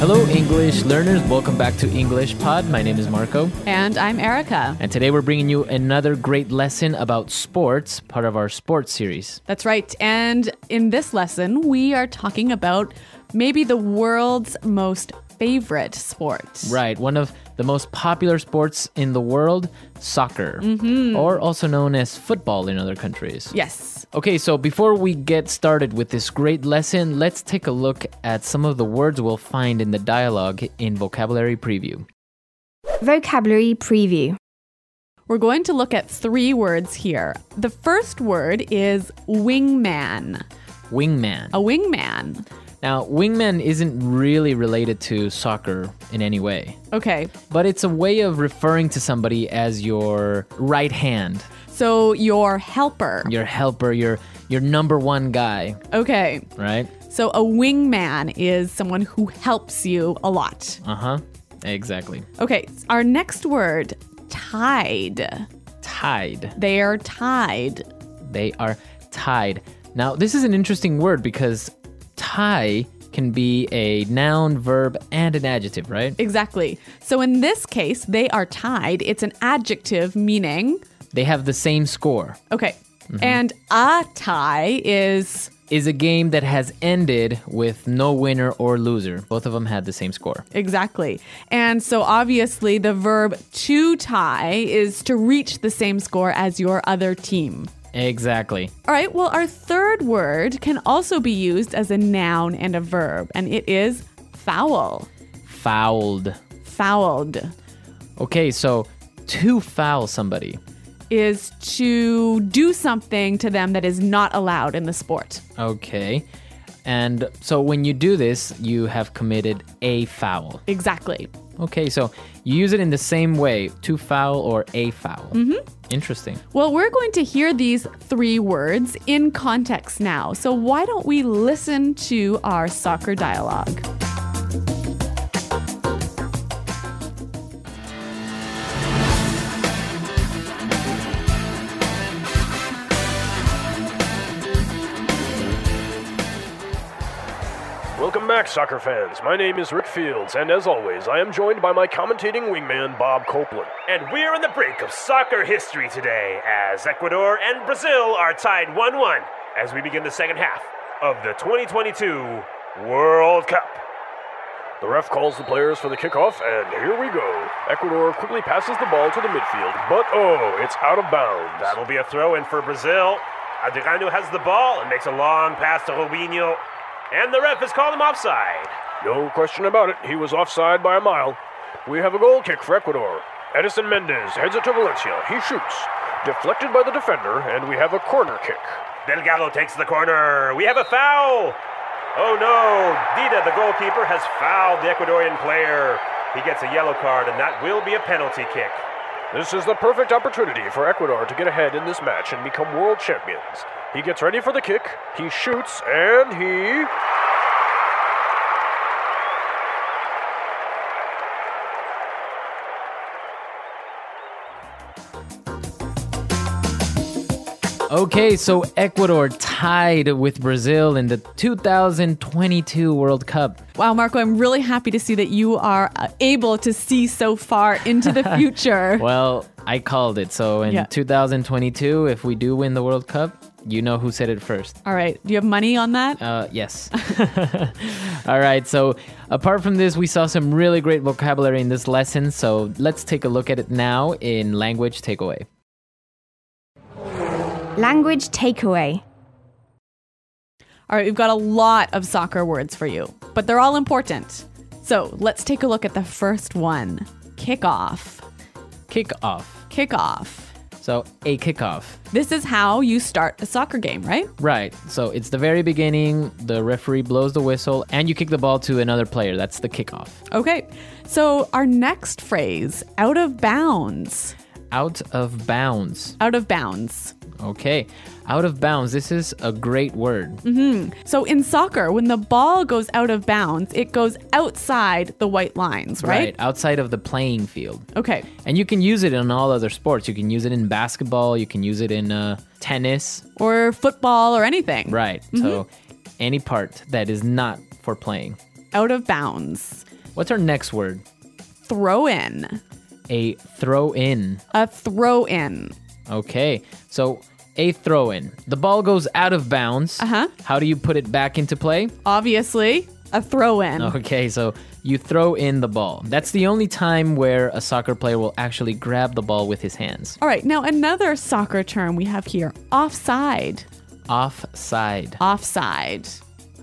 Hello, English learners. Welcome back to English Pod. My name is Marco, And I'm Erica. and today we're bringing you another great lesson about sports, part of our sports series. That's right. And in this lesson, we are talking about maybe the world's most favorite sport. Right, one of the most popular sports in the world, soccer, or also known as football in other countries. Yes. Okay, so before we get started with this great lesson, let's take a look at some of the words we'll find in the dialogue in vocabulary preview. Vocabulary preview. We're going to look at three words here. The first word is wingman. Wingman. A wingman. Now, wingman isn't really related to soccer in any way, Okay. but it's a way of referring to somebody as your right hand, So your helper. your helper, your your number one guy, Okay. right? So a wingman is someone who helps you a lot. Uh-huh. Exactly. Okay. Our next word, tied. Tied. They are tied. They are tied. Now, this is an interesting word because tie can be a noun, verb, and an adjective, right? Exactly. So in this case, they are tied. It's an adjective meaning, They have the same score. okay. And a tie is, Is a game that has ended with no winner or loser. Both of them had the same score. exactly. And so obviously, the verb to tie is to reach the same score as your other team. Exactly. All right, well, our third word can also be used as a noun and a verb, and it is foul. Fouled. Fouled Okay, so to foul somebody. is to do something to them that is not allowed in the sport. Okay. And so when you do this, you have committed a foul. Exactly. Okay, so you use it in the same way to foul or a foul. Mm-hmm. Interesting. Well, we're going to hear these three words in context now. So, why don't we listen to our soccer dialogue? Welcome back, soccer fans. My name is Rick Fields, and as always, I am joined by my commentating wingman, Bob Copeland. And we're on the brink of soccer history today as Ecuador and Brazil are tied 1 1 as we begin the second half of the 2022 World Cup. The ref calls the players for the kickoff, and here we go. Ecuador quickly passes the ball to the midfield, but oh, it's out of bounds. That'll be a throw in for Brazil. Adriano has the ball and makes a long pass to Robinho. And the ref has called him offside. No question about it, he was offside by a mile. We have a goal kick for Ecuador. Edison Mendez heads it to Valencia. He shoots. Deflected by the defender, and we have a corner kick. Delgado takes the corner. We have a foul. Oh no, Dida, the goalkeeper, has fouled the Ecuadorian player. He gets a yellow card, and that will be a penalty kick. This is the perfect opportunity for Ecuador to get ahead in this match and become world champions. He gets ready for the kick, he shoots, and he. Okay, so Ecuador tied with Brazil in the 2022 World Cup. Wow, Marco, I'm really happy to see that you are uh, able to see so far into the future. Well, I called it. So in Yeah. 2022, if we do win the World Cup, you know who said it first. All right, do you have money on that? Uh, yes. All right. So, apart from this, we saw some really great vocabulary in this lesson. So, let's take a look at it now in language takeaway. Language takeaway. All right, we've got a lot of soccer words for you, but they're all important. So, let's take a look at the first one kickoff. Kick off. Kickoff. So, a kickoff. This is how you start a soccer game, right? Right. So, it's the very beginning. The referee blows the whistle and you kick the ball to another player. That's the kickoff. Okay, so our next phrase, out of bounds. Out of bounds. Out of bounds. Okay. Out of bounds. This is a great word. So in soccer, when the ball goes out of bounds, it goes outside the white lines, right? Outside of the playing field. Okay, And you can use it in all other sports. You can use it in basketball. You can use it in uh, tennis. or football or anything. Right. So any part that is not for playing. Out of bounds. What's our next word? Throw in. A throw in. A throw in. Okay. So a throw in. The ball goes out of bounds. Uh-huh. How do you put it back into play? Obviously, a throw in. Okay, so you throw in the ball. That's the only time where a soccer player will actually grab the ball with his hands. All right, now another soccer term we have here offside. Offside. Offside.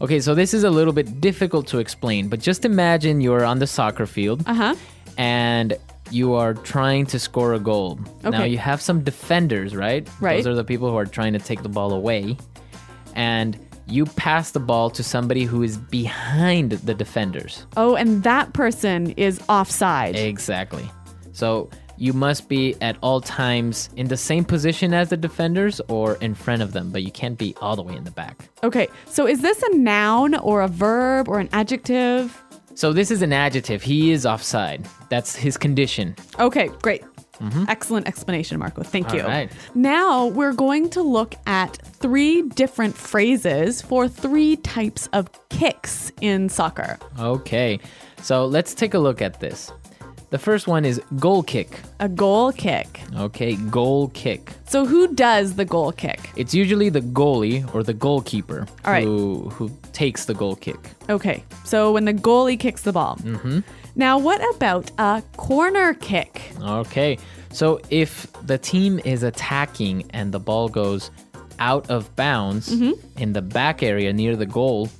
Okay, so this is a little bit difficult to explain, but just imagine you're on the soccer field Uh huh. and you are trying to score a goal. Now Okay. you have some defenders, right? Right. Those are the people who are trying to take the ball away. And you pass the ball to somebody who is behind the defenders. Oh, and that person is offside. Exactly. So you must be at all times in the same position as the defenders or in front of them, but you can't be all the way in the back. Okay, so is this a noun or a verb or an adjective? So this is an adjective. He is offside. That's his condition. Okay, great. Excellent explanation, Marco. Thank Mm-hmm. All you. right. Now we're going to look at three different phrases for three types of kicks in soccer. Okay. So let's take a look at this. The first one is goal kick. A goal kick. Okay, goal kick. So, who does the goal kick? It's usually the goalie or the goalkeeper All right. who who takes the goal kick. Okay, so when the goalie kicks the ball. Mm-hmm. Now, what about a corner kick? Okay. So if the team is attacking and the ball goes out of bounds Mm-hmm. in the back area near the goal,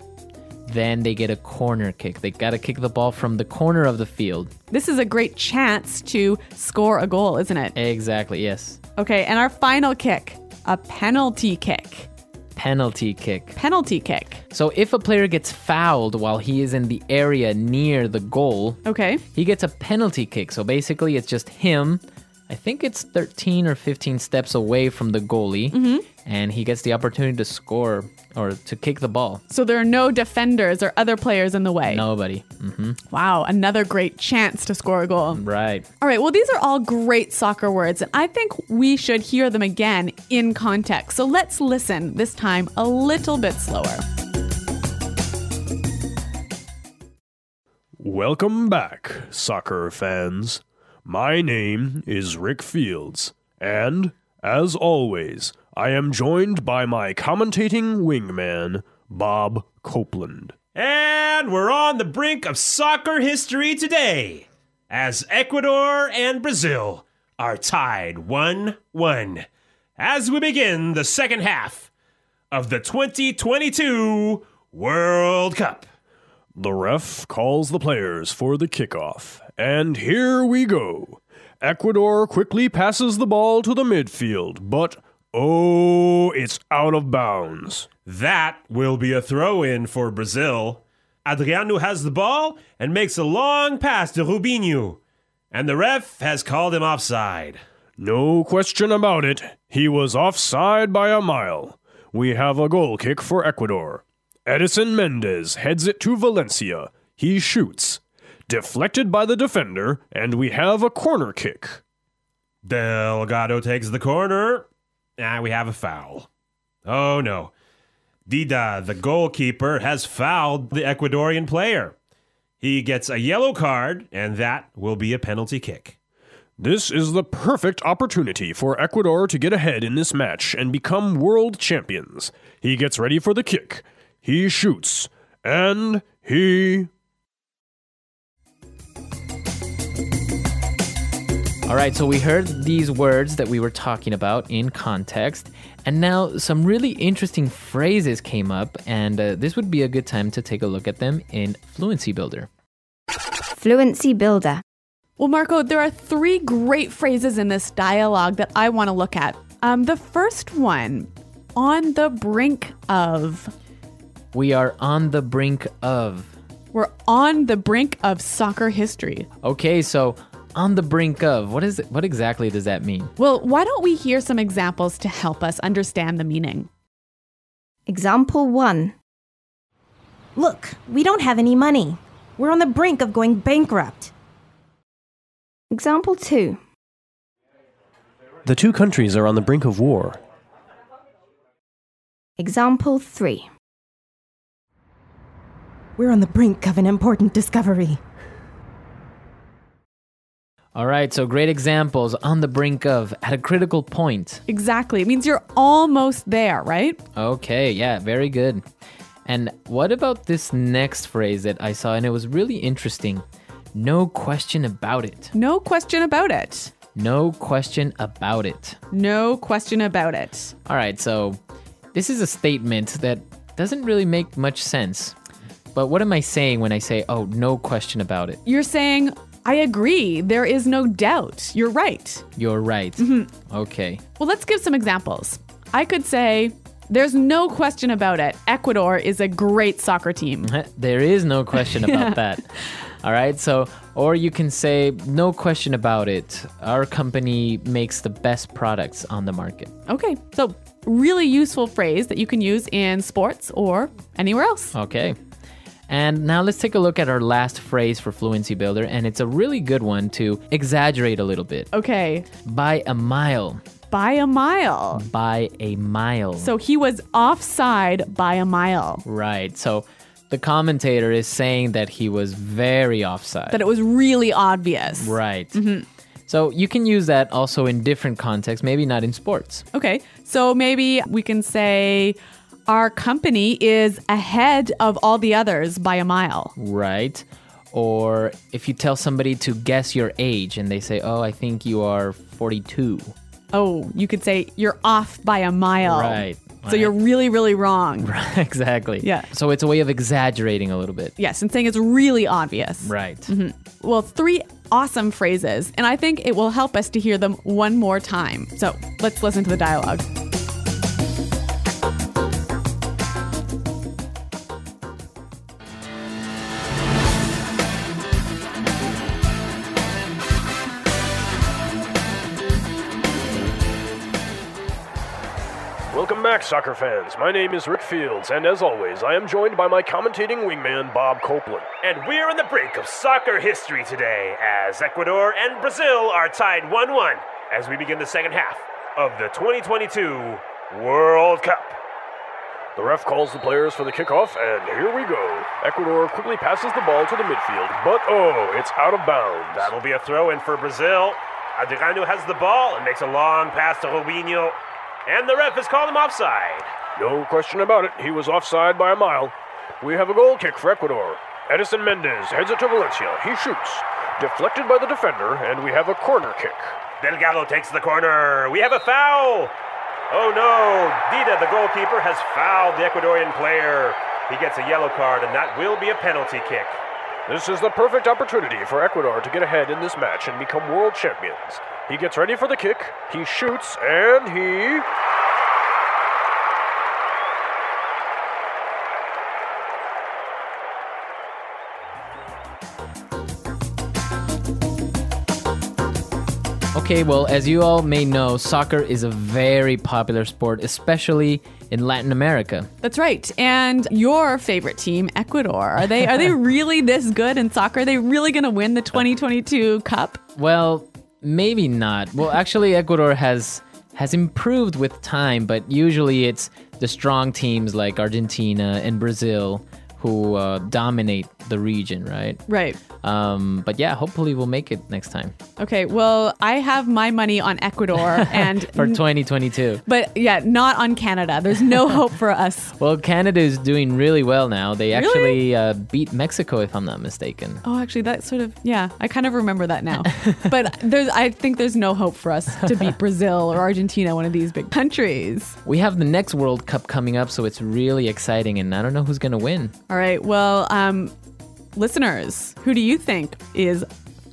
then they get a corner kick. They got to kick the ball from the corner of the field. This is a great chance to score a goal, isn't it? Exactly. Yes. Okay, and our final kick, a penalty kick. Penalty kick. Penalty kick. So if a player gets fouled while he is in the area near the goal, Okay. he gets a penalty kick. So basically, it's just him. I think it's 13 or 15 steps away from the goalie, and he gets the opportunity to score or to kick the ball. So there are no defenders or other players in the way. Nobody. Mm. Wow, another great chance to score a goal. Right. All right, well, these are all great soccer words, and I think we should hear them again in context. So let's listen, this time a little bit slower. Welcome back, soccer fans. My name is Rick Fields, and, as always, I am joined by my commentating wingman, Bob Copeland. And we're on the brink of soccer history today as Ecuador and Brazil are tied 1 1 as we begin the second half of the 2022 World Cup. The ref calls the players for the kickoff, and here we go. Ecuador quickly passes the ball to the midfield, but oh, it's out of bounds. That will be a throw in for Brazil. Adriano has the ball and makes a long pass to Rubinho, and the ref has called him offside. No question about it, he was offside by a mile. We have a goal kick for Ecuador. Edison Mendez heads it to Valencia. He shoots. Deflected by the defender, and we have a corner kick. Delgado takes the corner. And we have a foul. Oh no. Dida, the goalkeeper, has fouled the Ecuadorian player. He gets a yellow card, and that will be a penalty kick. This is the perfect opportunity for Ecuador to get ahead in this match and become world champions. He gets ready for the kick. He shoots. And he. All right, so we heard these words that we were talking about in context, and now some really interesting phrases came up, and uh, this would be a good time to take a look at them in Fluency Builder. Fluency builder. Well, Marco, there are three great phrases in this dialogue that I want to look at. Um, the first one, on the brink of. We are on the brink of. We're on the brink of soccer history. Okay, so on the brink of. What is it, what exactly does that mean? Well, why don't we hear some examples to help us understand the meaning? Example 1. Look, we don't have any money. We're on the brink of going bankrupt. Example 2. The two countries are on the brink of war. Example 3. We're on the brink of an important discovery. All right, so great examples on the brink of, at a critical point. Exactly. It means you're almost there, right? Okay, yeah, very good. And what about this next phrase that I saw and it was really interesting? No question about it. No question about it. No question about it. No question about it. All right, so this is a statement that doesn't really make much sense. But what am I saying when I say, oh, no question about it? You're saying, I agree. There is no doubt. You're right. You're right. Okay. Well, let's give some examples. I could say, there's no question about it. Ecuador is a great soccer team. There is no question about that. All right, so, or you can say, no question about it. Our company makes the best products on the market. Okay. So, really useful phrase that you can use in sports or anywhere else. Okay. And now let's take a look at our last phrase for Fluency Builder, and it's a really good one to exaggerate a little bit. Okay. By a mile. By a mile. By a mile. So he was offside by a mile. right. So the commentator is saying that he was very offside. That Mm-hmm. it was really obvious. right. So you can use that also in different contexts, maybe not in sports. Okay. So maybe we can say our company is ahead of all the others by a mile. Right. Or if you tell somebody to guess your age and they say, "Oh, I think you are 42." Oh, you could say you're off by a mile. Right. So you're really, really wrong. exactly. Yeah. So it's a way of exaggerating a little bit. Yes, and saying it's really obvious. Right. Well, three awesome phrases, and I think it will help us to hear them one more time. So let's listen to the dialogue. Welcome back, soccer fans. My name is Rick Fields, and as always, I am joined by my commentating wingman, Bob Copeland. And we're on the brink of soccer history today as Ecuador and Brazil are tied 1 1 as we begin the second half of the 2022 World Cup. The ref calls the players for the kickoff, and here we go. Ecuador quickly passes the ball to the midfield, but oh, it's out of bounds. That'll be a throw in for Brazil. Adriano has the ball and makes a long pass to Robinho. And the ref has called him offside. No question about it, he was offside by a mile. We have a goal kick for Ecuador. Edison Mendez heads it to Valencia. He shoots. Deflected by the defender, and we have a corner kick. Delgado takes the corner. We have a foul. Oh no, Dida, the goalkeeper, has fouled the Ecuadorian player. He gets a yellow card, and that will be a penalty kick. This is the perfect opportunity for Ecuador to get ahead in this match and become world champions. He gets ready for the kick, he shoots, and he. Okay, well, as you all may know, soccer is a very popular sport, especially in Latin America. That's right. And your favorite team, Ecuador, are they are they really this good in soccer? Are they really going to win the 2022 Cup? Well, maybe not. Well, actually, Ecuador has has improved with time, but usually it's the strong teams like Argentina and Brazil who uh, dominate the region, right? Right. Um, but yeah, hopefully we'll make it next time Okay. Well, I have my money on Ecuador and for 2022. but yeah, not on Canada. There's no hope for us. Well, Canada is doing really well now. They Really? actually uh, beat Mexico, if I'm not mistaken. Oh, actually, that sort of yeah, I kind of remember that now. but there's, I think there's no hope for us to beat Brazil or Argentina, one of these big countries. We have the next World Cup coming up, so it's really exciting, and I don't know who's gonna win. All right. Well, um, listeners, who do you think is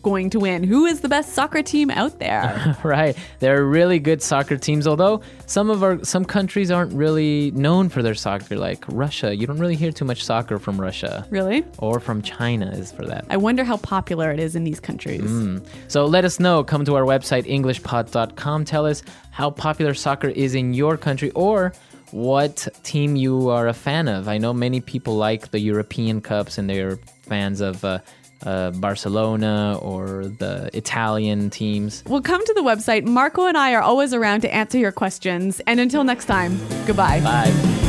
going to win? Who is the best soccer team out there? right? There are really good soccer teams, although some of our some countries aren't really known for their soccer, like Russia. You don't really hear too much soccer from Russia, really? or from China, is for that. I wonder how popular it is in these countries. So let us know. Come to our website, EnglishPod.com. Tell us how popular soccer is in your country or what team you are a fan of. I know many people like the European Cups and they're fans of uh, uh, Barcelona or the Italian teams. Well, come to the website. Marco and I are always around to answer your questions. And until next time, goodbye. Bye.